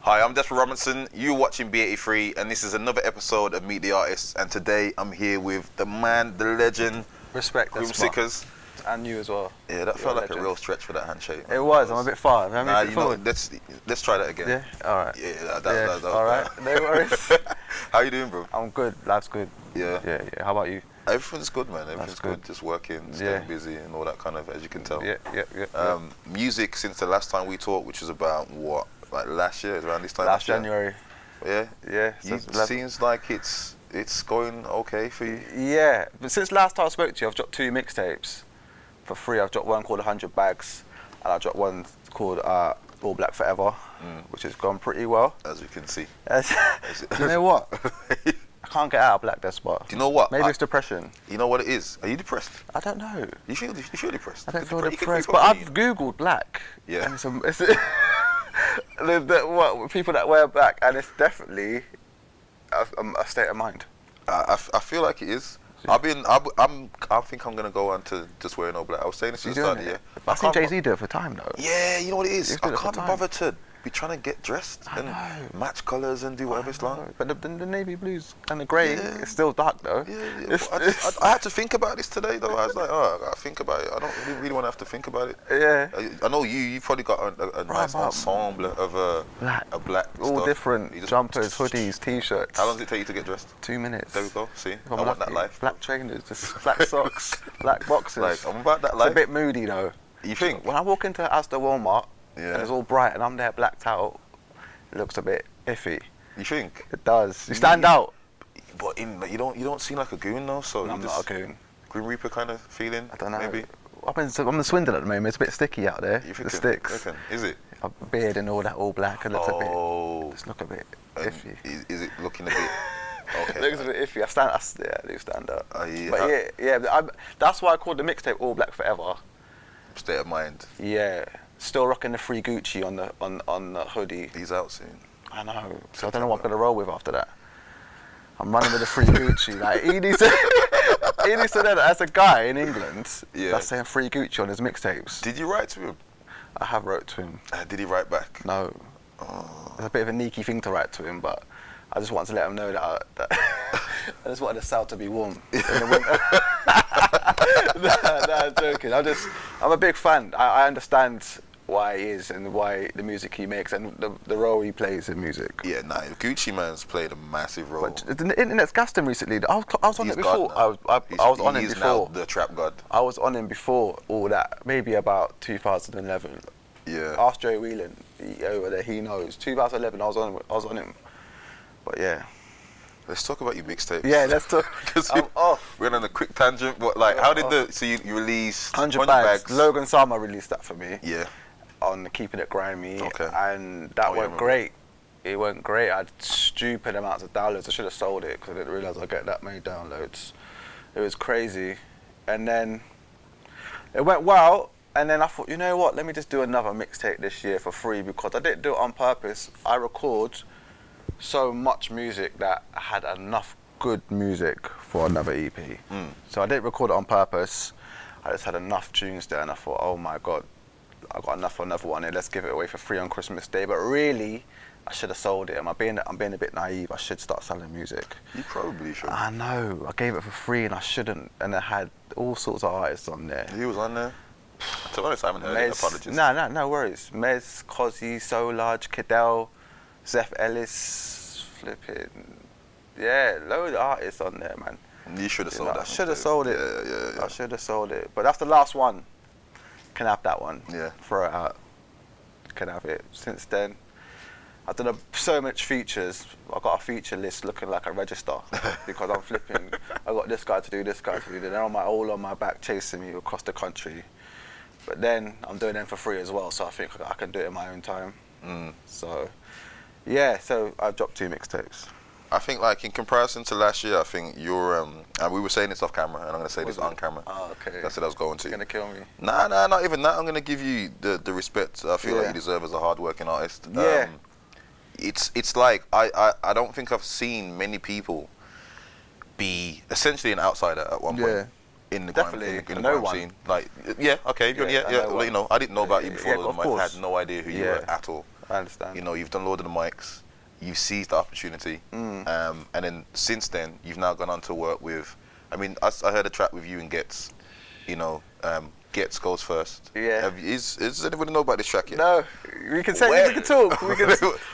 Hi, I'm Desperate Robinson. You're watching B83, and this is another episode of Meet the Artists. And today I'm here with the man, the legend, Respect Groom that's smart. Sickers. And you as well. Yeah, that felt You're a like a legend. real stretch for that handshake. It was. I'm a bit far. I'm Nah, a bit you know, forward. let's let's try that again. yeah. All right. Yeah, that, that, Yeah, that, that- all right. No worries. How you doing, bro? I'm good. Life's good. Yeah. Yeah. Yeah. How about you? Everything's good, man. Everything's good. good. Just working, Yeah. staying busy, and all that kind of, as you can tell. Yeah. Yeah. Yeah. Oh. Um, music since the last time we talked, which was about what, like last year, around this yeah. time. Last year? January. Yeah. Yeah. You- since last- seems like it's it's going okay for you. yeah. But since last time I spoke to you, I've dropped two mixtapes for free. I've dropped one called 100 Bags, and I dropped one called uh, All Black Forever, Mm. which has gone pretty well. as you can see. Do you know what? I can't get out of Black Despot. Do you know what? Maybe I- it's depression. You know what it is? Are you depressed? I don't know. You feel you feel depressed? I don't feel Depre- you can- depressed, you but can- I've googled black. Yeah. And it's a, it's a- the, the, what, people that wear black, and it's definitely a, a, a state of mind. I, I f- I feel like it is. I've been. I've, I'm. I think I'm gonna go on to just wearing all black. I was saying this at You the doing start of the it? year. But I can't think Jay Z did it for time though. bo- Yeah, you know what it is. He's I good at the can't time. bother to be trying to get dressed I and know. match colours and do whatever it's like. But the, the, the navy blues and the grey Yeah. is still dark though. Yeah, yeah. It's- but I, just, I, I had to think about this today, though. I was like, oh, I gotta think about it. I don't really, want to have to think about it. yeah. I, I know you. You probably got a, a, a nice but- ensemble of a Black. a black All stuff. different You just- jumpers, hoodies, t-shirts. How long does it take you to get dressed? Two minutes. There we go. See, If i I'm want that lucky. life. Black trainers, just black socks, black boxes. Like I'm about that it's a life. bit moody though. You think? When I walk into Asda Walmart Yeah. and it's all bright and I'm there blacked out, it looks a bit iffy. You think? It does. You Mm. stand out. But in you don't you don't seem like a goon though. So No, you I'm just not a goon. Grim Reaper kind of feeling. I don't know. Maybe. I'm in, I'm in Swindon at the moment. It's a bit sticky out there. You the thinking? sticks. Reckon? Is it? A beard and all that, all black. It looks a oh. bit. Just look a bit and iffy. Is, is it looking a bit? Okay. It looks a bit iffy. I stand. I, s- yeah, I do stand out. Oh, yeah. But yeah, yeah. but I'm, that's why I called the mixtape All Black Forever. State of mind. Yeah. Still rocking the free Gucci on the on on the hoodie. He's out soon. I know. So I don't know what I'm gonna roll with after that. I'm running with a free Gucci. Like he needs to, he needs to know that as a guy in England Yeah. that's saying free Gucci on his mixtapes. Did you write to him? I have wrote to him. Uh, did he write back? No, Uh, Oh. it's a bit of a sneaky thing to write to him, but I just wanted to let him know that I, that I just wanted the south to be warm. in the winter. no, no, I'm joking. I'm just, I'm a big fan. I, I understand why he is and why the music he makes and the, the role he plays in music. Yeah, nah. Gucci man's played a massive role. But the internet's gassed him recently. I was, I was on Oh. He's it God before. now. I was, I, He's- I was on he him is before. now the trap god. I was on him before all that, maybe about 2011. Yeah. Ask Joe Whelan he, over there, he knows. 2011, I was on him. I was on him. But yeah. Let's talk about your mixtape. Yeah, let's talk. Oh, 'Cause I'm you- off. We're on a quick tangent, but like, Yeah, how did off. the so you, you released 100 bags. Logan Sama released that for me Yeah, on Keeping It Grimy. Okay. And Oh, yeah, that I went remember. great. It went great. I had stupid amounts of downloads. I should have sold it because I didn't realize I'd get that many downloads. It was crazy. And then it went well. And then I thought, you know what? Let me just do another mixtape this year for free because I didn't do it on purpose. I record so much music that I had enough good music for another EP. So I didn't record it on purpose. I just had enough tunes there, and I thought, oh my god, I got enough for another one. Here. Let's give it away for free on Christmas Day. But really, I should have sold it. Am I being? I'm being a bit naive. I should start selling music. you probably should. I know. I gave it for free, and I shouldn't. And it had all sorts of artists on there. he was on there. To be honest, I haven't heard it. Apologies. No, no, no worries. Mez, Cozzy, So Large, Cadell, Zeph Ellis, flipping. Yeah, load of artists on there, man. You should have You sold know, I that. should have mixtape. sold it. Yeah, yeah, yeah. I should have sold it. But that's the last one. Can have that one. Yeah. Throw it out. Can have it. Since then, I've done a, so much features. I got a feature list looking like a register because I'm flipping. I got this guy to do this guy to do. that. They're on my all on my back chasing me across the country. But then I'm doing them for free as well, so I think I can do it in my own time. Mm. So, yeah. So I've dropped two mixtapes. I think like in comparison to last year, I think you're um, and we were saying this off camera, and I'm gonna say Was this it? on camera. Oh, okay. That's what I was going to. You're gonna kill me. Nah, nah, not even that. I'm gonna give you the, the respect I feel like Yeah. you deserve as a hardworking artist. Um, Yeah. it's it's like I, I, I don't think I've seen many people be essentially an outsider at one point. Yeah. In the grime- Definitely. in the, in the No grime one. scene, like yeah, okay, yeah, Yeah, yeah, I yeah. know well, you one. know, I didn't know about you Yeah, before. of Lil Mike. I course. had no idea who you Yeah. were at all. I understand. You know, you've done Lord of the Mics, you've seized the opportunity, Mm. um, and then since then, you've now gone on to work with. I mean, I, s- I heard a track with you and Gets. You know, um, Gets goes first. Yeah. Have, you- is, is does anybody know about this track yet? No, we can say Well- we can talk. We can,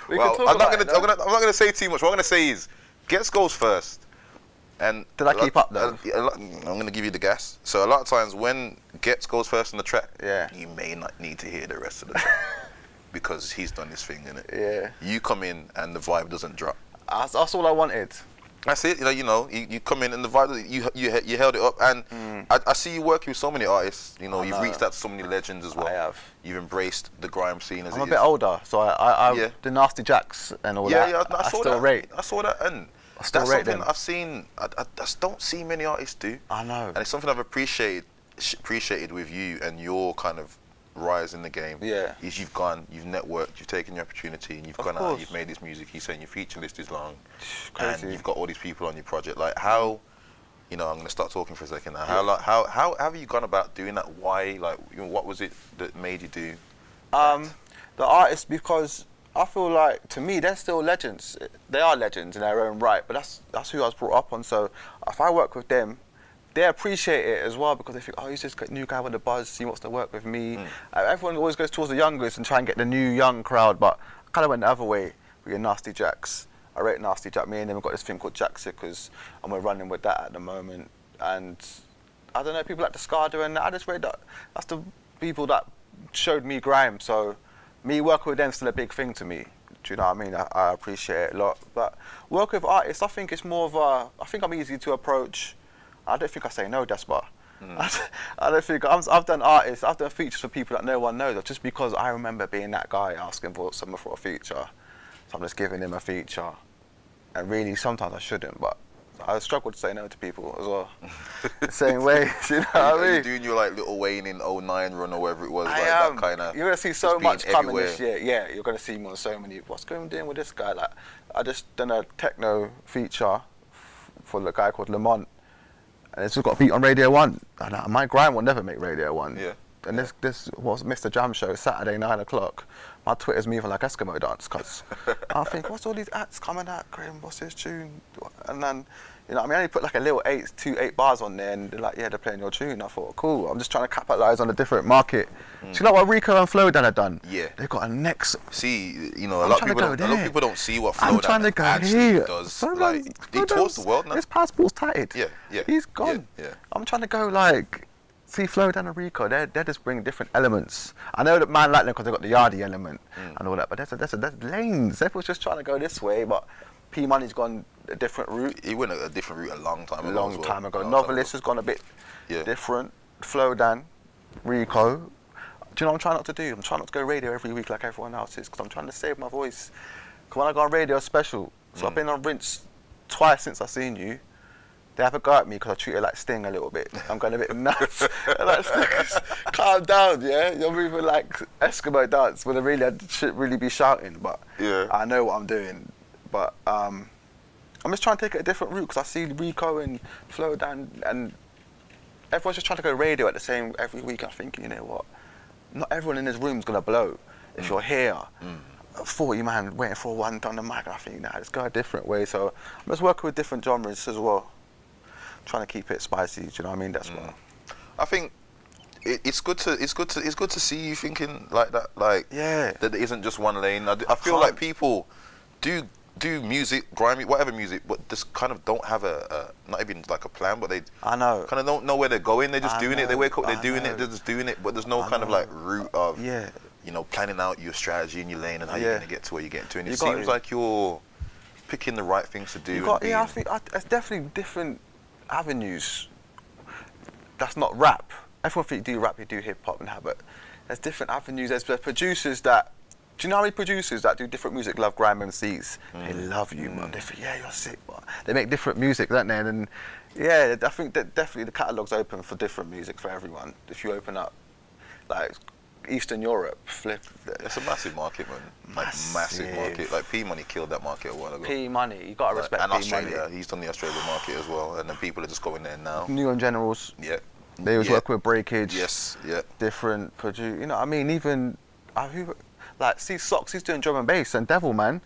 we well, can talk I'm not about gonna, it, I'm gonna. I'm not gonna say too much. What I'm gonna say is, Gets goes first. And Did I a lot- keep up, though? a- a lot- mm, I'm gonna give you the gas. So a lot of times when Gets goes first in the track, Yeah. you may not need to hear the rest of the track because he's done his thing in it. Yeah, You come in and the vibe doesn't drop. that's, that's all I wanted. That's it. You know, you know, you, you come in and the vibe you you you held it up, and I, I see you working with so many artists. You know, Mm. I you've know. reached out to so many legends as well. I have. You've embraced the grime scene as it I'm a is. bit older, so I, I, I Yeah. the nasty jacks and all yeah, that. yeah, I, I saw still that. rate. I saw that, and I still that's rate something them. I've seen. I, I just don't see many artists do, I know. and it's something I've appreciated sh- appreciated with you and your kind of rise in the game. Yeah. is you've gone, you've networked, you've taken your opportunity, and you've Of gone out, course. you've made this music. You're saying your feature list is long, Crazy. and you've got all these people on your project. Like how, you know, I'm going to start talking for a second now. How, like, how, how, how have you gone about doing that? Why, like, you know, what was it that made you do? um, the artists because I feel like to me they're still legends. They are legends in their own right, but that's that's who I was brought up on. So if I work with them, they appreciate it as well because they think, oh, he's this new guy with the buzz. He wants to work with me. Uh, Everyone always goes towards the youngest and try and get the new young crowd, but I kind of went the other way with your nasty jacks. I rate nasty jack. Me and them have got this thing called Jack Sickers, and we're running with that at the moment. And I don't know, people like Descarda and I just read that that's the people that showed me grime. So me working with them's still a big thing to me. Do you know what I mean? I, I appreciate it a lot. But work with artists, I think it's more of a. I think I'm easy to approach. I don't think I say no, Jasper. I d- I don't think I'm, I've done artists. I've done features for people that no one knows. Just because I remember being that guy asking for someone for a feature, so I'm just giving him a feature. And really, sometimes I shouldn't, but I struggle to say no to people as well. Same way, you know Are you, what I are you mean? doing your like little Wayne in 09 run or whatever it was, I like am. that kind of. You're gonna see so just much being coming everywhere. this year. Yeah, you're gonna see me on so many. What's going on with this guy? Like, I just done a techno feature f- for a guy called Lamont, and it's just got a beat on Radio One. And I- my grind will never make Radio One. Yeah. And this this was Mr. Jam Show Saturday nine o'clock. My Twitter's moving like Eskimo dance because I think what's all these acts coming out, Graham? What's this tune? And then you know I mean I only put like a little eight two eight bars on there and they're like yeah they're playing your tune. I thought cool. I'm just trying to capitalise on a different market. Do you know what Rico and Flo done have done? Yeah. They've got a next. See, you know, a I'm lot of trying to people, don't, go a lot of there. people don't see what I'm Flow trying to Dynamic go actually here. does. Sometimes- Like, he tours the sometimes world now. His passport's tatted. Yeah, yeah, He's yeah, gone. yeah. I'm trying to go like see Flo down Rico. They they just bring different elements. I know that man like them because they got the Yardie element Mm. and all that. But that's a, that's a, that's lanes. Everyone's just trying to go this way, but P Money's gone a different route. He went a, a different route a long time A ago. long as well. time ago. Long Novelist has gone a bit Yeah. different. Flo Dan, Rico. Do you know what I'm trying not to do? I'm trying not to go radio every week like everyone else is because I'm trying to save my voice. 'Cause when I go on radio, it's special. So I've been on Rinse twice since I've seen you. They have a go at me because I treat it like Sting a little bit. I'm going a bit nuts. like, Sting, calm down, yeah? You're moving like Eskimo dance when I really I should really be shouting, but Yeah. I know what I'm doing. But um, I'm just trying to take it a different route because I see Rico and Flo down and everyone's just trying to go radio at the same every week. I'm thinking, you know what? Not everyone in this room's gonna blow. If you're here, 40 man waiting for one on the mic, I think, nah, let's go a different way. So I'm just working with different genres as well. Trying to keep it spicy, do you know what I mean? That's what. I think it, it's good to it's good to it's good to see you thinking like that. Like Yeah. that it isn't just one lane. I, d- I feel can't- like people do do music, grimy, whatever music, but just kind of don't have a, a not even like a plan, but they I know. kind of don't know where they're going. They're just I doing it. They know, wake up, they're I doing know. it, they're just doing it. But there's no I kind of know. like route of Yeah. you know planning out your strategy and your lane and how Yeah. you're going to get to where you're getting to. And You it got seems it. like you're picking the right things to do. You and got, yeah, I being- think I, it's definitely different avenues. That's not rap. Everyone think you do rap, you do hip hop and have it. There's different avenues. There's, there's producers that. Do you know how many producers that do different music love grime MCs? They love you, man. They think, yeah, you're sick, man. They make different music, don't they? And then, yeah, I think that definitely the catalog's open for different music for everyone. If you open up, like, Eastern Europe, flip. It's a massive market, man. Like Massive. massive market. Like P Money killed that market a while ago. P Money, you gotta Like, respect and P Australia. Money. He's done the Australian market as well, and then people are just going there now. New and Generals, Yeah. They was yeah. working with breakage. Yes. Yeah. Different produce. You know, what I mean, even I, uh, who, Like, see Socks, he's doing drum and bass, and Devil Man,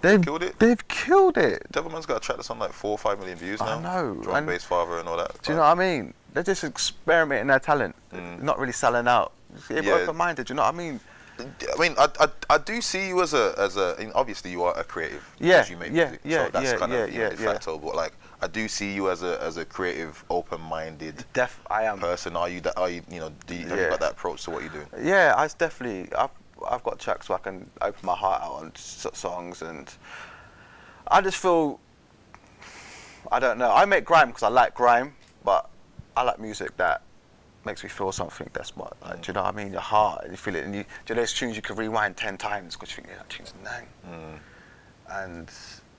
they've Mm. Killed it. They've killed it. Devilman's got a track that's on like four or five million views now. I know, Drum and- bass father and all that. Do you know what I mean? They're just experimenting their talent, not really selling out. If Mm. Yeah. open-minded, do you know what I mean? I mean, I, I, I do see you as a as a. I mean, obviously, you are a creative. 'cause Yeah, You make yeah, music, yeah, So that's yeah, kind yeah, of you know, yeah, de yeah. facto. But like, I do see you as a as a creative, open-minded Def, I am. person. Are you that? Are you you know? Do you, have you Yeah. got that approach to what you're doing? Yeah, I s- definitely. I've I've got tracks where I can open my heart out on s- songs, and I just feel. I don't know. I make grime because I like grime, but I like music that makes me feel something. That's what. Like, Do you know what I mean? Your heart, and you feel it, and you. Do you know those tunes you can rewind ten times because you think yeah, that tune's nang. And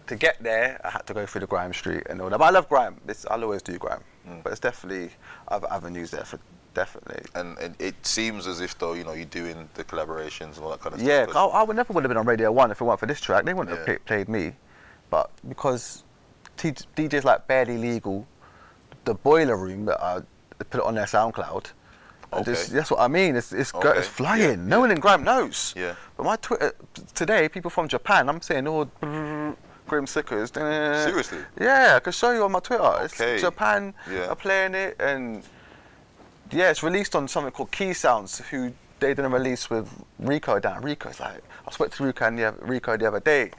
to get there, I had to go through the grime street and all that. But I love grime. It's, I'll always do grime, but it's definitely other avenues there for definitely. And, and it seems as if though you know you're doing the collaborations and all that kind of Yeah, stuff. 'cause I, I would never would have been on Radio One if it weren't for this track. They wouldn't have Yeah. pla- played me, but because t- DJs like Barely Legal, the Boiler Room that I put it on their SoundCloud. I just- Okay. that's what I mean. It's it's, go- Okay. it's flying. Yeah, No one in Graham knows. Yeah. But my Twitter today, people from Japan, I'm seeing all Grim Sickers. Seriously? Yeah, I can show you on my Twitter. It's Okay. Japan Yeah. are playing it and yeah, it's released on something called Key Sounds, who they did a release with Rico down. Rico's like, I spoke to Rico and the other, Rico the other day,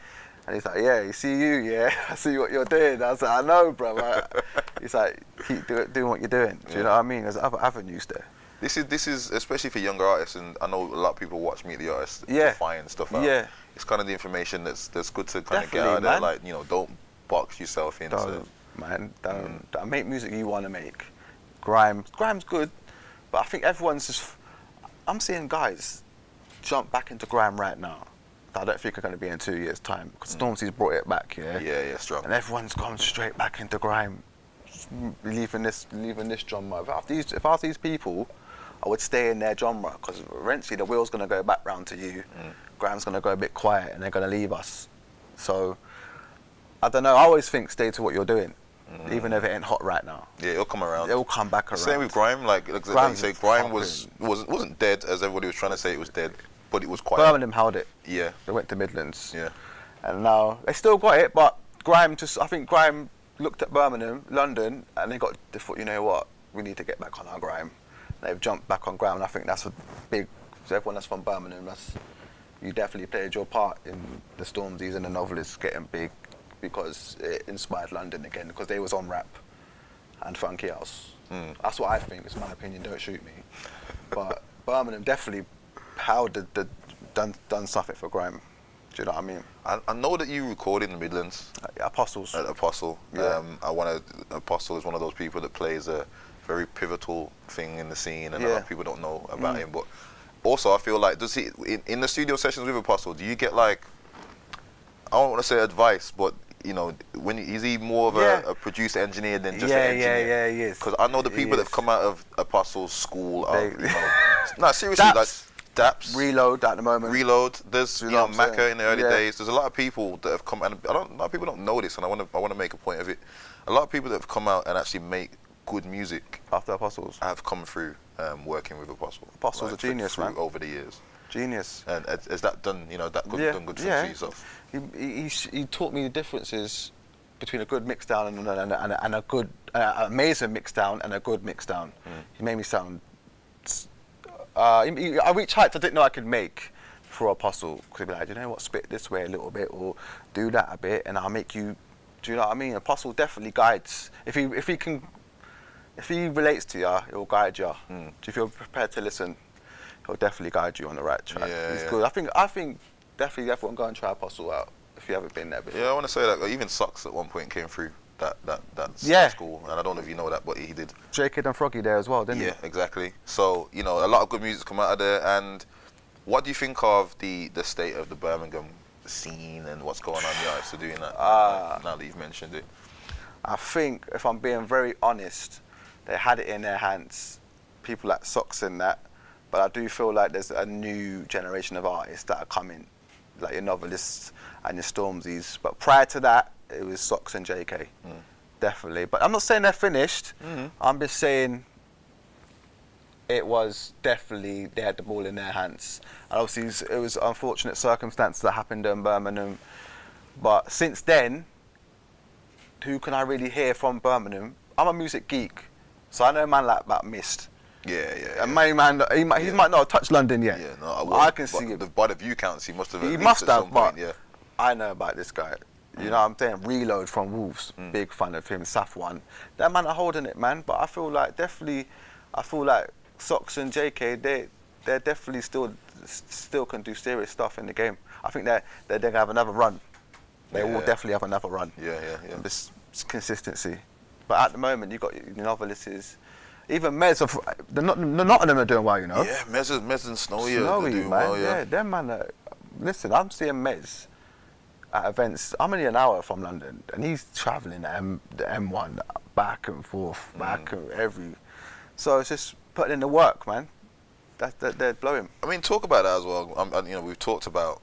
and he's like, yeah, you see you, yeah, I see what you're doing. I was like, I know, bro. Like, he's like, keep do, doing what you're doing. Do you know what I mean? There's other avenues there. This is this is especially for younger artists, and I know a lot of people watch Meet the Artist Yeah. to find stuff out. Yeah. it's kind of the information that's that's good to kind of get Definitely, out there. man. Like you know, don't box yourself into. Don't, man, don't, don't make music you want to make. Grime, grime's good, but I think everyone's just. I'm seeing guys jump back into grime right now. that I don't think are going to be in two years' time because Stormzy's brought it back. Yeah. Yeah, yeah, strong. and everyone's gone straight back into grime, s- leaving this leaving this genre. If I was these, if I was these people, I would stay in their genre because eventually the wheel's gonna go back round to you. Grime's gonna go a bit quiet, and they're gonna leave us. So I don't know. I always think stay to what you're doing, even if it ain't hot right now. Yeah, it'll come around. It will come back around. Same with grime. Like, like Grime's they say, grime was wasn't wasn't dead as everybody was trying to say it was dead, but it was quite. Birmingham held it. Yeah, They went to Midlands. yeah. and now they still got it. But Grime just, I think Grime looked at Birmingham, London, and they got they thought, you know what, we need to get back on our Grime. They've jumped back on Grime, and I think that's a big. So everyone that's from Birmingham, that's you definitely played your part in the Stormzy's and the novelists getting big because it inspired London again because they was on rap and funky house. That's what I think. It's my opinion. Don't shoot me. But Birmingham definitely how the, the done done something for Grime. Do you know what I mean? I, I know that you recorded in the Midlands Apostles. at Apostle. Yeah. Um, I want to. Apostle is one of those people that plays a very pivotal thing in the scene, and a lot Yeah. Mm. of people don't know about him. But also, I feel like does he in, in the studio sessions with Apostle? Do you get like I don't want to say advice, but you know, when is he more of Yeah. a, a producer engineer than just Yeah, an yeah, engineer? yeah, he is. Because I know the He people that is. have come out of Apostle's school are, They- you know, no, seriously, Daps. like Daps, Reload at the moment. Reload. There's you You know know what I'm Macca saying? in the early Yeah. days. There's a lot of people that have come and I don't. A lot of people don't know this, and I want to. I want to make a point of it. A lot of people that have come out and actually make good music After Apostles. have come through um, working with Apostle. Apostle's a through- genius, through man. Over the years, Genius. and has, has that done? You know, that good, done good things for yourself. He, he, he, s- he taught me the differences between a good mix down and, and, and, and a good, uh, amazing mix down and a good mix down. Hmm. He made me sound. s- Uh, he- he- I reached heights I didn't know I could make for Apostle. Because he'd be like, you know what, spit this way a little bit or do that a bit and I'll make you. Do you know what I mean? Apostle definitely guides. If he, if he can if he relates to you, he'll guide you. Hmm. If you're prepared to listen, he'll definitely guide you on the right track. Yeah, He's yeah. good. I think I think definitely everyone go and try Apostle out if you haven't been there before. Yeah, I want to say that even Sucks at one point came through that that that s- Yeah. school, and I don't know if you know that, but he did. J Kid and Froggy there as well, didn't Yeah, exactly. So you know, a lot of good music's come out of there. And what do you think of the the state of the Birmingham scene and what's going on in the artists are doing that? Ah. now that you've mentioned it, I think if I'm being very honest, they had it in their hands. People like Socks and that. But I do feel like there's a new generation of artists that are coming, like your novelists and your Stormzy's. But prior to that, it was Socks and JK. Definitely. But I'm not saying they're finished. I'm just saying it was definitely they had the ball in their hands. And obviously, it's- it was unfortunate circumstances that happened in Birmingham. But since then, who can I really hear from Birmingham? I'm a music geek, so I know a man like that missed. Yeah, yeah. yeah. And many man, he might, he Yeah. might not have touched London yet. yeah, no, I, But won't, can but see it. the- By the view counts, he must have. at He least must at some have, but point, yeah. Mm. I know about this guy. You know what I'm saying? Reload from Wolves, big fan of him, Safwan. That man are holding it, man. But I feel like definitely, I feel like Socks and JK, they they definitely still still can do serious stuff in the game. I think they're they're, they're gonna have another run. They Yeah, will yeah. definitely have another run. Yeah, yeah, yeah. And this it's consistency. But at the moment, you have got your novelices. Even Mez, of, they're not, Nottingham are doing well, you know. Yeah, Mez and, Mez and Snowy, are- Snowy, they're doing man. well, yeah. them man. Are, listen, I'm seeing Mez at events. I'm only an hour from London, and he's travelling the, M, the M1 back and forth, Mm. back and every. So it's just putting in the work, man. That, that they're blowing. I mean, talk about that as well. Um, and, you know, we've talked about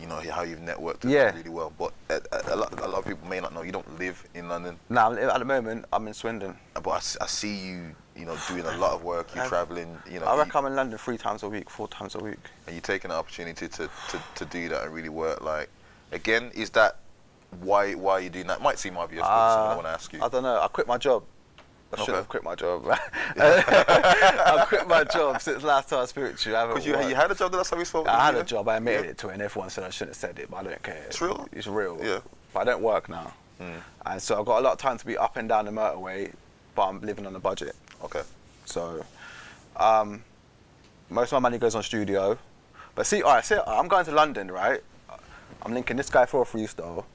you know how you've networked Yeah. really well, but a, a, a, lot, a lot of people may not know you don't live in London, Now at the moment, I'm in Swindon. but I s- I, see you, you know, doing a lot of work. You're I've- traveling, you know, Um, I you- reckon I'm in London three times a week, four times a week. and you're taking the opportunity to, to, to do that and really work. Like, again, is that why why are you doing that? Might seem obvious, but it's something I Uh, want to ask you. I don't know. I quit my job. I should Okay. have quit my job. I quit my job since last time I spoke to you. I haven't Because you, worked. you had a job the last time we spoke. I had yeah? a job. I admitted Yeah. it to, it, and everyone said I shouldn't have said it, but I don't care. It's real. It's real. Yeah. Mm. But I don't work now, and so I've got a lot of time to be up and down the motorway, but I'm living on a budget. Okay. So, um, most of my money goes on studio. But see, all right, see, I'm going to London, right? I'm linking this guy for a freestyle.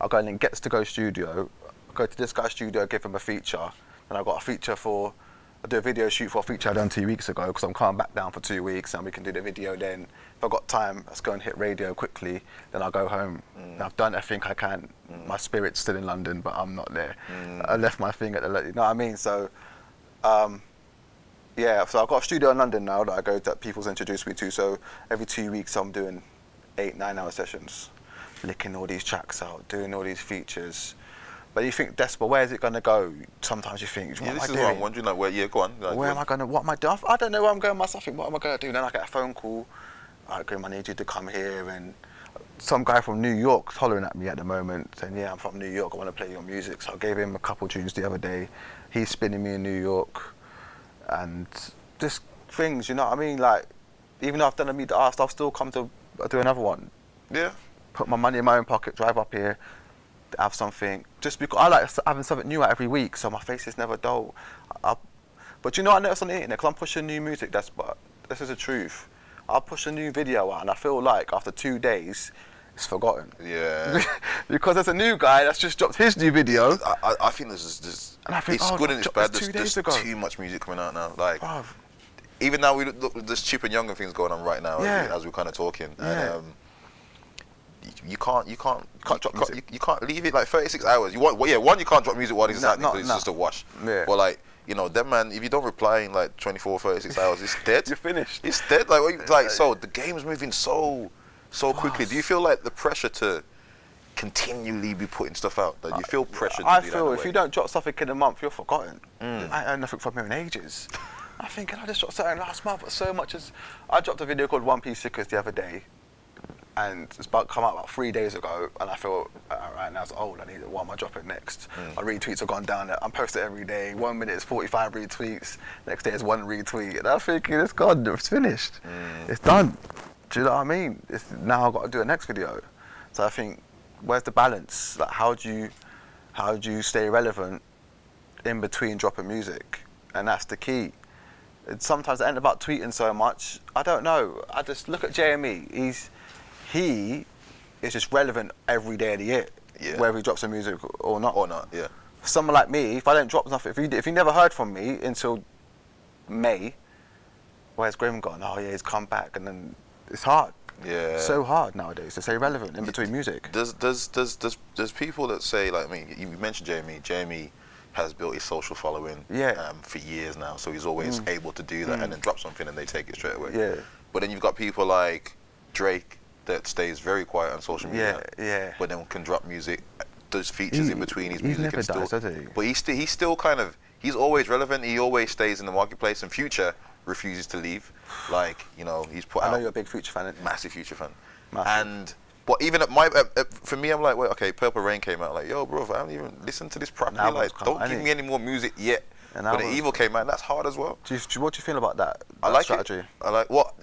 I'll go and link Gets to Go Studio. Go to this guy's studio, give him a feature. And I've got a feature for, I do a video shoot for a feature I done two weeks ago because I'm coming back down for two weeks and we can do the video then. If I've got time, let's go and hit radio quickly. Then I'll go home. And I've done everything I can. My spirit's still in London, but I'm not there. I left my thing at the, you know what I mean? So yeah, so I've got a studio in London now that I go that people's introduced me to. So every two weeks I'm doing eight, nine hour sessions, licking all these tracks out, doing all these features. But you think, Despa, where is it going to go? Sometimes you think, what Yeah, am this I is what I'm doing? wondering. Like, where? Yeah, go on. Like, where am I going to, what am I doing? I don't know where I'm going myself. I think, What am I going to do? Then I get a phone call, all right, Grim, I need you to come here. And some guy from New York's hollering at me at the moment saying, yeah, I'm from New York, I want to play your music. So I gave him a couple tunes the other day. He's spinning me in New York and just things, you know what I mean? Like, even though I've done a meet the artist, I've still come to I'll do another one. Yeah. Put my money in my own pocket, drive up here, have something. Just because I like s- having something new out every week, so my face is never dull. I, but you know, what I noticed on the internet, 'cause I'm pushing new music, that's but this is the truth. I'll push a new video out, and I feel like after two days, it's forgotten. Yeah. because there's a new guy that's just dropped his new video. I, I- I think this is just. And I think, it's oh, good and it's Jock, bad. it's There's, two days there's ago. too much music coming out now. Like Bruv, even now, we look, look, there's cheap and younger things going on right now as, Yeah. we, as we're kind of talking. And, Yeah. um, you, you can't, you can't, Can't drop you, music. you, you can't leave it like 36 hours. You want, well, yeah, one, you can't drop music while this is No, happening no, 'cause it's no. just a wash. Yeah. But like, you know, that man, if you don't reply in like 24, 36 hours, it's dead. You're finished. It's dead. Like, what you, like so the game's moving so, so quickly. Fast. Do you feel like the pressure to continually be putting stuff out? That you feel pressure. To Uh, I do that in feel a if way? Mm. you don't drop something in a month, you're forgotten. I earned nothing from you in ages. I think, and I just dropped something last month, but so much as I dropped a video called One Piece Sickers the other day, and it's about come out about three days ago, and I feel all right now it's old. I need it. What am I dropping next? My retweets have gone down. I'm posted every day. One minute is 45 retweets. Next day is one retweet. And I'm thinking it's gone. It's finished. It's done. Do you know what I mean? It's, now I've got to do a next video. So I think where's the balance? Like how do you how do you stay relevant in between dropping music? And that's the key. And sometimes I end up tweeting so much. I don't know. I just look at JME. He's he is just relevant every day of the year, Yeah. whether he drops some music or not. or not? Yeah. Someone like me, if I don't drop nothing, if you if you never heard from me until May, where's Grim gone? Oh yeah, he's come back, and then it's hard. Yeah. So hard nowadays to stay relevant in between music. There's there's there's there's there's people that say like I mean you mentioned Jamie. Jamie has built his social following Yeah. Mm. um, for years now, so he's always able to do that and then drop something and they take it straight away. Yeah. But then you've got people like Drake that stays very quiet on social media. Yeah, yeah. But then can drop music, does features He- in between his he music never and still. does, does he? But he still he still kind of he's always relevant. He always stays in the marketplace, and Future refuses to leave. Like you know, he's put I know out you're a big Future fan. innit? massive Future fan. Massive. And but even at my uh, uh, for me, I'm like, wait, okay, Purple Rain came out. Like, yo, bro, I haven't even listened to this properly. album's Like, come don't out, give innit? me any more music yet. An but the album's evil came out. That's hard as well. Do you, do you- what do you feel about that? I that like strategy? it. I like what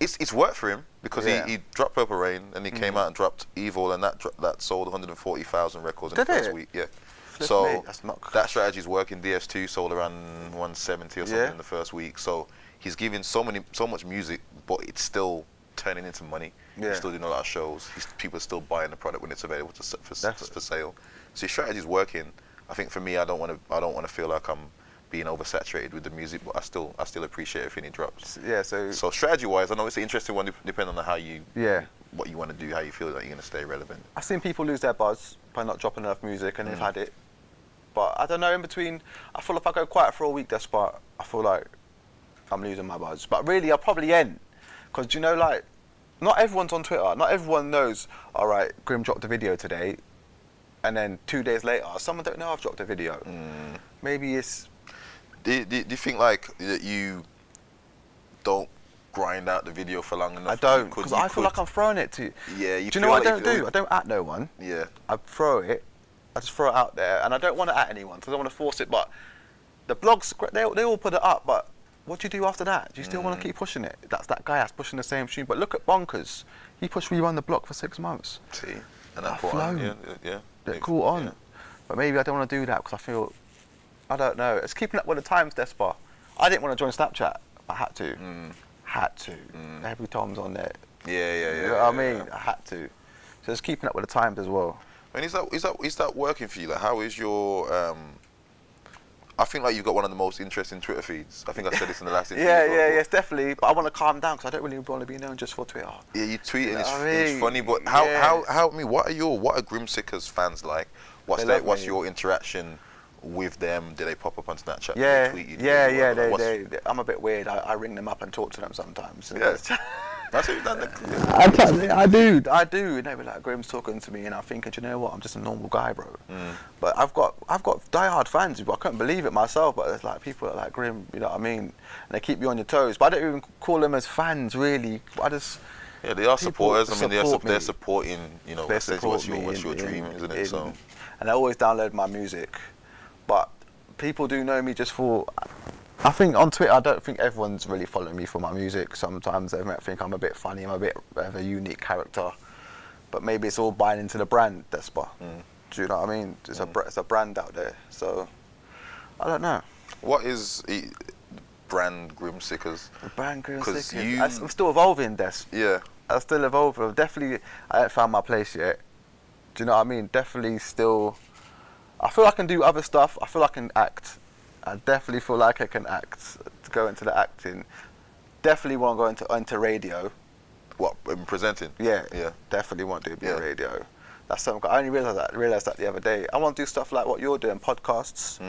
it's it's worked for him because Yeah. Mm-hmm. he, he dropped Purple Rain and he came out and dropped Evil and that dro- that sold 140,000 records in Did the first it? week. Yeah. Flip me, so that's not- that strategy's working. DFS2 sold around 170 or something Yeah. in the first week. So he's giving so many so much music, but it's still turning into money. Yeah. He's still doing a lot of shows. He's, people are still buying the product when it's available to, s- for, That's- s- for sale. So his strategy's working. I think for me, I don't want to I don't want to feel like I'm being oversaturated with the music, but I still I still appreciate everything he drops. S- Yeah. So, So strategy-wise, I know it's an interesting one, dep- depending on how you, yeah, what you want to do, how you feel that you're going to stay relevant. I've seen people lose their buzz by not dropping enough music, and they've Mm. had it. But I don't know. In between, I feel if I go quiet for a week, that's part. I feel like I'm losing my buzz. But really, I'll probably end, because you know, like, not everyone's on Twitter. Not everyone knows. All right, Grim dropped a video today, and then two days later, someone don't know I've dropped a video. Mm. Maybe it's Do, do, do you think like that you don't grind out the video for long enough? I don't because I feel like I'm throwing it to you. Yeah, you do you know feel what I like you don't do? feel- I don't at no one. Yeah, I throw it. I just throw it out there, and I don't want to at anyone. So I don't want to force it. But the blogs, gr- they, they all put it up. But what do you do after that? Do you still Mm. want to keep pushing it? That's that guy that's pushing the same tune. But look at Bonkers. He pushed Rerun the Block for six months. see, and I I put on, flown. yeah, yeah, yeah. They Yeah. caught on. But maybe I don't want to do that because I feel, I don't know. It's keeping up with the times, Despar. I didn't want to join Snapchat, but I had to. Had to. Every time's on there. Yeah, yeah, Mm. yeah. You yeah, know what I yeah, mean? yeah. I had to. So it's keeping up with the times as well. And is that is that is that working for you? Like, how is your? Um, I think like you've got one of the most interesting Twitter feeds. I think I said this in the last interview. Yeah, as well, yeah, but- yes, definitely. But I want to calm down because I don't really want to be known just for Twitter. Yeah, you tweet and it's, know what I mean? it's funny, but how, Yeah. how how I mean, what are your what are Grim Sickers fans like? What's They their, love what's me. your interaction with them? Do they pop up on Snapchat? Do Yeah, they tweet you? Do yeah, they- yeah. like, They, what's- they, they- I'm a bit weird. I, I ring them up and talk to them sometimes. Yeah. That's what you've done. the- I, t- I do, I do. You know, like Graham's talking to me, and I'm thinking, "Do you know what? I'm just a normal guy, bro. Mm. But I've got, I've got diehard fans. But I couldn't believe it myself. But there's like people that like Grim, you know what I mean? And they keep you on your toes. But I don't even call them as fans really. I just, Yeah, they are People supporters. I mean, they're, sup- support they're me. supporting. You know, they essentially support what's your me what's in- your in- dream, isn't it? in- so and I always download my music, but people do know me just for. I think on Twitter, I don't think everyone's really following me for my music. Sometimes they might think I'm a bit funny, I'm a bit of a unique character, but maybe it's all buying into the brand, Despa. Mm. Do you know what I mean? It's a br- it's a brand out there, so I don't know. what is e- brand Grim Sickers? The brand grew 'Cause sick. you- I'm still evolving, Des. Yeah, I still evolve. I've definitely, I haven't found my place yet. Do you know what I mean? Definitely still. I feel I can do other stuff. I feel I can act. I definitely feel like I can act. To go into the acting, definitely want to go into into radio. what um, presenting? Yeah, yeah. Definitely want to be in Yeah. radio. That's something I only realized that realized that the other day. I want to do stuff like what you're doing, podcasts.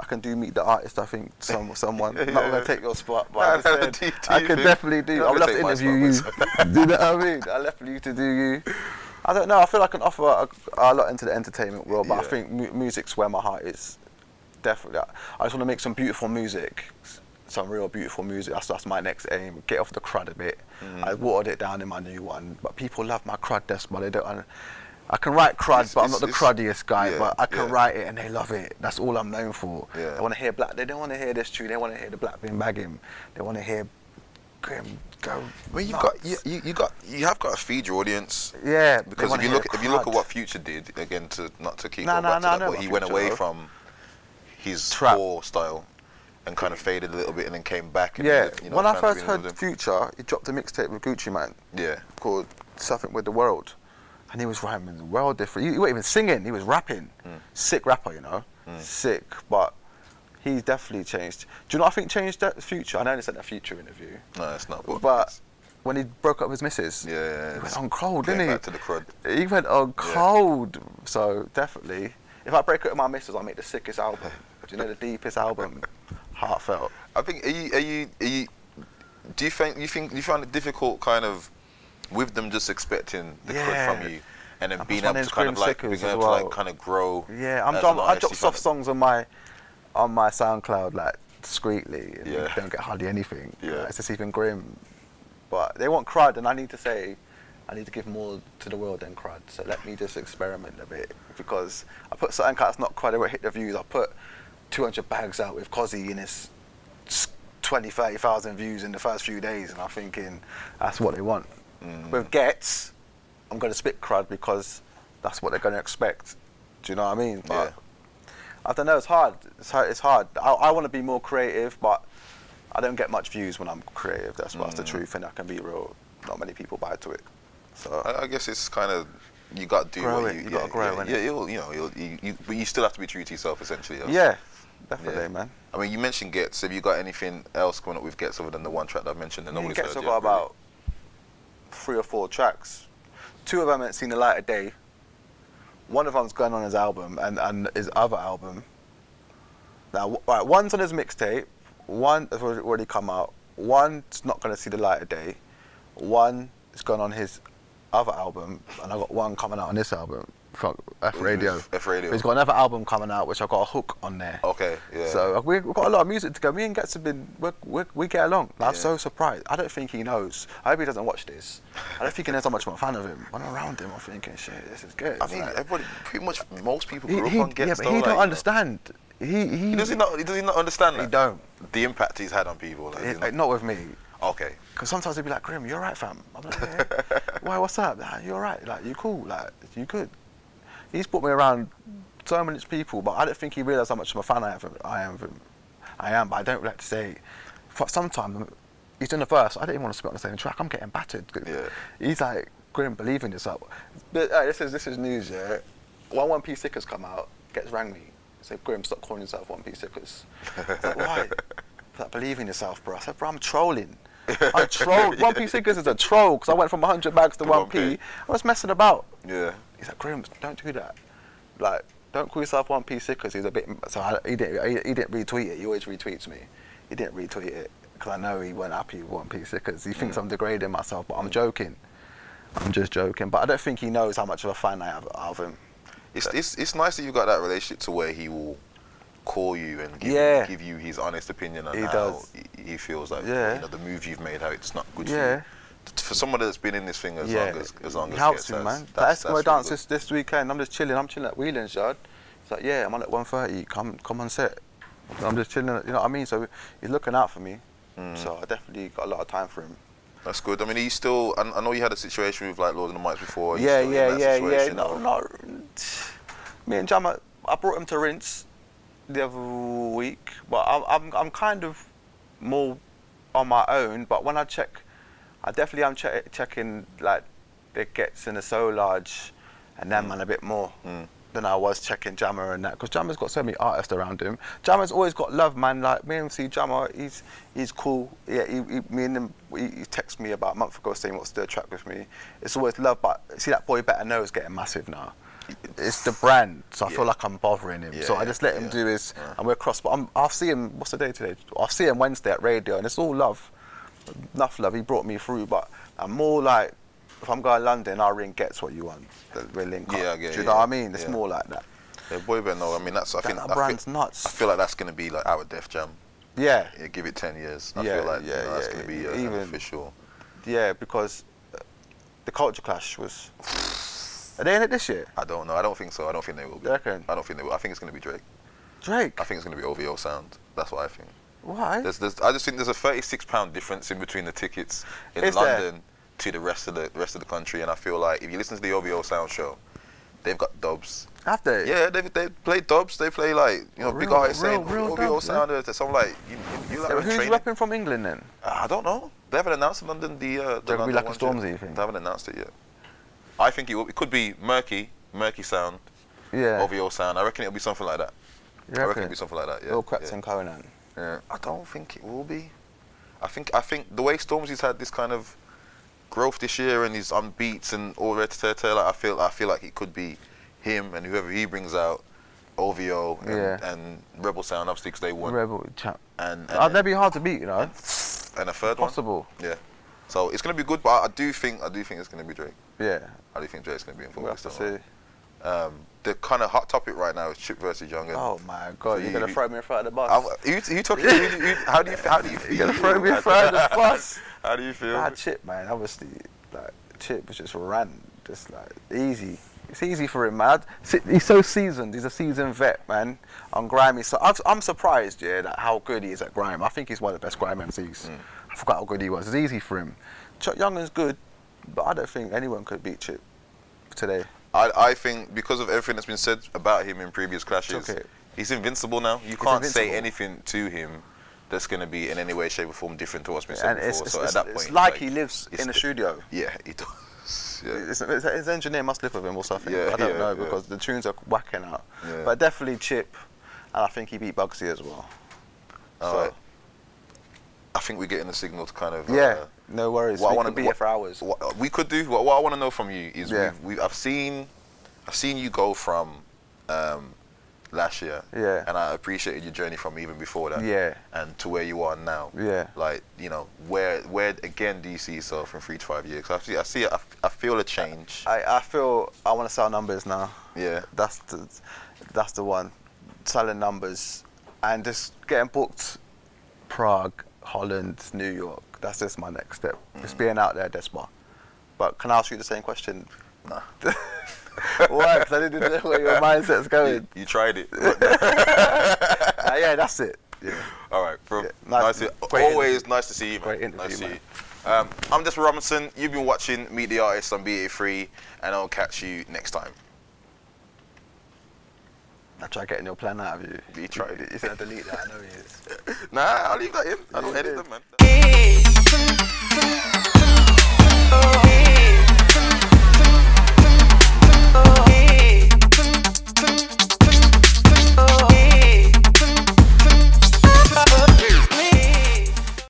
I can do meet the artist. I think some someone. Mm. Yeah, Not yeah, gonna yeah. take your spot, but No, I, just no, said do you- do I you can think- definitely do. you're I would not love to gonna take interview my you. spot, do you know what I mean? I left you to do you. I don't know. I feel I can offer a, a lot into the entertainment world, but I Yeah. think mu- music's where my heart is. Definitely, I just want to make some beautiful music, s- some real beautiful music. That's, that's my next aim. Get off the crud a bit. Mm. I watered it down in my new one, but people love my crud. That's why they don't. un- I can write crud, It's- but I'm not the it's- it's- cruddiest guy. yeah, but I can yeah. write it, and they love it. That's all I'm known for. Yeah. They want to hear black. They don't want to hear this tune. They want to hear the black bin bag him. They want to hear Grim go. I mean, you've nuts. got you, you, you got you have got to feed your audience. Yeah, they because if wanna you hear look if you look at crud. what Future did again to not to keep No, going no, back no, I to know that, but about he went Future, away though. from his Trap. core style and kind of faded a little bit and then came back. And Yeah, you know, when I fans have first been heard with him. Future, he dropped a mixtape with Gucci Man yeah, called Something with the World, and he was rhyming the world different. He, he wasn't even singing; he was rapping. Mm. Sick rapper, you know, sick. But he's definitely changed. Do you know what I think changed that Future? I know they sent a Future interview, no, it's not. But, but when he broke up with his missus, yeah, yeah, he it's went on cold, getting didn't he? back to the crud. He went on cold. So definitely, if I break up with my missus, I'll make the sickest album. Do you know the deepest album? Heartfelt. I think are you are you, are you do you think you think you find it difficult kind of with them just expecting the crud Yeah. from you and then I'm being just one able to of them kind of like Grim being Sickers able as to like well. kind of grow. Yeah, I'm as done. an I artist, dropped you soft find songs on my on my SoundCloud like discreetly. And you Yeah. don't get hardly anything. Yeah. Like, it's just even grim. But they want crud, and I need to say, I need to give more to the world than crud. So let me just experiment a bit because I put something out that's not crud. It won't hit the views. I put 200 bags out with Cozzy and it's s- 20, 30,000 views in the first few days, and I'm thinking that's what they want. With Gets, I'm going to spit crud because that's what they're going to expect. Do you know what I mean? But I don't know. It's hard. It's hard. It's hard. I, I want to be more creative, but I don't get much views when I'm creative. That's what's the truth, and I can be real. Not many people buy to it. So I, I guess it's kind of you got to do Grow what it, you, you gotta yeah, grow, yeah, innit? yeah, you'll, you know, you'll, you, you, but you still have to be true to yourself, essentially. that's- yeah, definitely, Yeah. man. I mean, you mentioned Gets. Have you got anything else going up with Gets other than the one track that I mentioned? And Me and nobody's Gets heard have yet, got really? about three or four tracks. Two of them ain't seen the light of day. One of them's going on his album and, and his other album. Now, w- right, one's on his mixtape. One has already already come out. One's not going to see the light of day. One is going on his other album, and I got one coming out on this album. Fuck, F Which Radio. was F Radio. He's got another album coming out, which I got a hook on there. Okay, yeah. So uh, we- we've got a lot of music to go. Me and Gets have been we we we get along. I'm Yeah. so surprised. I don't think he knows. I hope he doesn't watch this. I don't think he knows how much I'm a fan of him. When I'm around him, I'm thinking, shit, this is good. I mean, Like, everybody, pretty much most people he, grew he- up on Gets. yeah, but though, like, he you don't know. understand. He he, He does he not? He does he not understand He that? don't. The impact he's had on people. Like, it- he's eh, like, not with me. okay. Because sometimes they'd be like, Grim, you're right, fam. I'm like, yeah. why, what's up? Like, you're right. Like, you cool. Like, you good. He's put me around so many people, but I don't think he realised how much of a fan I, have, I am of him. I am, but I don't like to say. But sometimes he's in the verse. I don't even want to spit on the same track. I'm getting battered. Yeah. He's like, Grim, believe in yourself. But, uh, this is this is news, yeah. One One Piece stickers come out, gets rang me. Said, Grim, stop calling yourself One Piece stickers. I was like, why? He's like, believe in yourself, bro. I said, bro, I'm trolling. I troll. One Piece stickers is a troll because I went from 100 bags to To 1p. 1p. I was messing about. Yeah. He's like, Grim, don't do that. Like, don't call yourself One Piece because he's a bit. So I, he didn't. He, he didn't retweet it. He always retweets me. He didn't retweet it because I know he weren't happy with One Piece because he Mm. thinks I'm degrading myself, but I'm joking. I'm just joking. But I don't think he knows how much of a fan I have of him. It's, it's it's nice that you got that relationship to where he will call you and give, Yeah. give you his honest opinion on He how does. he- he feels like Yeah. you know the move you've made, how it's not good Yeah. for you. T- For someone that's been in this thing as long as as long He as helps Gets me, has, man. that's- That's, that's my really dance good. this, this weekend. I'm just chilling. I'm chilling at Whelan's yard. He's like, yeah, I'm on at 1:30. Come, come on set. I'm just chilling. You know what I mean? So he's looking out for me. Mm. So I definitely got a lot of time for him. That's good. I mean, are you still? I, I know you had a situation with like Lords and the Mics before. Are you yeah, still in yeah, that yeah, yeah. situation No, or- no. Me and Jama, I brought him to rinse the other week, but I'm, I'm, I'm kind of more on my own. But when I check, I definitely am che- checking like the gets in the so large, and Mm. them man a bit more. Than I was checking Jammer and that, because Jammer's got so many artists around him. Jammer's always got love, man. Like me and see Jammer, he's he's cool. Yeah, he, he, me and him, he, he texted me about a month ago saying what's the track with me. It's always love, but see that boy better know is getting massive now. It's the brand, so I Yeah. feel like I'm bothering him. Yeah, so I yeah, just let him yeah. do his, Yeah. and we're cross. But I'm, I'll see him. What's the day today? I'll see him Wednesday at radio, and it's all love, enough love. He brought me through, but I'm more like, if I'm going to London, I'll ring gets what you want. that We link up. Yeah, I get do you it, know yeah, what I mean? It's yeah. more like that. Yeah, boy, but no. I mean, that's. I That- think that I feel- brand's nuts. I feel like that's gonna be like our Def Jam. Yeah, Yeah, give it ten years. I Yeah, feel like you yeah, know, that's yeah, gonna be e- uh, even- official. yeah, because uh, the culture clash was. Are they in it this year? I don't know. I don't think so. I don't think they will be. You reckon? I don't think they will. I think it's gonna be Drake. Drake. I think it's gonna be OVO sound. That's what I think. Why? There's, there's, I just think there's a 36 pound difference in between the tickets in Is there? London to the rest of the rest of the country, and I feel like if you listen to the OVO sound show, they've got dubs. After. Yeah, they they play dubs. They play like you know, big Real- artists saying real- real OVO dubs, yeah. sound. So I'm like, you, you, you like Who's training- Ah, repping from England then? I don't know. They haven't announced London the. Uh, the They're gonna be London like a ones Stormzy, yet. you think? They haven't announced it yet. I think it, will, it could be murky, murky sound, Yeah. OVO sound. I reckon it'll be something like that. You I reckon reckon? it'll be something like that. Yeah. Lil Creps yeah. and Conan. Yeah. Uh, I don't think it will be. I think I think the way Stormzy's had this kind of growth this year and he's on beats and all that, ta- ta- ta, like I feel I feel like it could be him and whoever he brings out, OVO and, Yeah. and Rebel Sound obviously because they won. Rebel champ. And, and, Uh, that'd be hard to beat, you know. and a third Possible. one. Yeah. So it's gonna be good, but I, I do think I do think it's gonna be Drake. Yeah. I do think Drake's gonna be We'll involved. have this to time around. see. Um, the kind of hot topic right now is Chip versus Younger. Oh my god, So you're gonna you- throw me in front of the I'm, bus. you, you talking? you, you, how do you how do you feel? You're gonna throw me in front of the bus. How do you feel? Nah, Chip, man, obviously, like Chip was just ran, just like easy. It's easy for him, man. Se- He's so seasoned. He's a seasoned vet, man. On grime, he's so I've, I'm surprised, yeah, that how good he is at grime. I think he's one of the best grime MCs. Mm. I forgot how good he was. It's easy for him. Chuck Youngen's good, but I don't think anyone could beat Chip today. I, I think because of everything that's been said about him in previous clashes, Okay. he's invincible now. You can't say invincible. anything to him that's going to be in any way, shape, or form different to what's been said And before. it's, it's, so it's- at that it's point, like, he lives it's in a the- studio. Yeah, he does. Yeah. His, his- his engineer must live with him or something. Yeah, I don't yeah, know yeah. because the tunes are whacking out. Yeah. But definitely Chip, and I think he beat Bugsy as well. so Alright. I think we're getting a signal to kind of. yeah, uh, no worries. what I we wanna could be do- here for hours. What uh, we could do, what, what I want to know from you is Yeah. we've, we've, I've seen, I've seen you go from um, last year, Yeah. and I appreciated your journey from even before that, Yeah. and to where you are now, Yeah. Like you know, where where again do you see yourself in three to five years? 'Cause I see, I see, I, f- I feel a change. I, I feel I want to sell numbers now. Yeah. that's the that's the one. Selling numbers and just getting booked. Prague, Holland, New York. That's just my next step. Mm. Just being out there, that's one. But can I ask you the same question? Nah. Why? 'Cause I didn't know where your mindset's going. you tried it. Uh, yeah, that's it. Yeah. All right, bro. Yeah, nice, nice- to, great always nice to see you, man. Great interview, nice to see man. you. Um, I'm Just Robinson. You've been watching Meet the Artist on BA3, and I'll catch you next time. I try getting your plan out of you. You tried it. You said delete that. I know you. Nah, I'll leave that in. I don't Yeah. edit them, man. Yeah.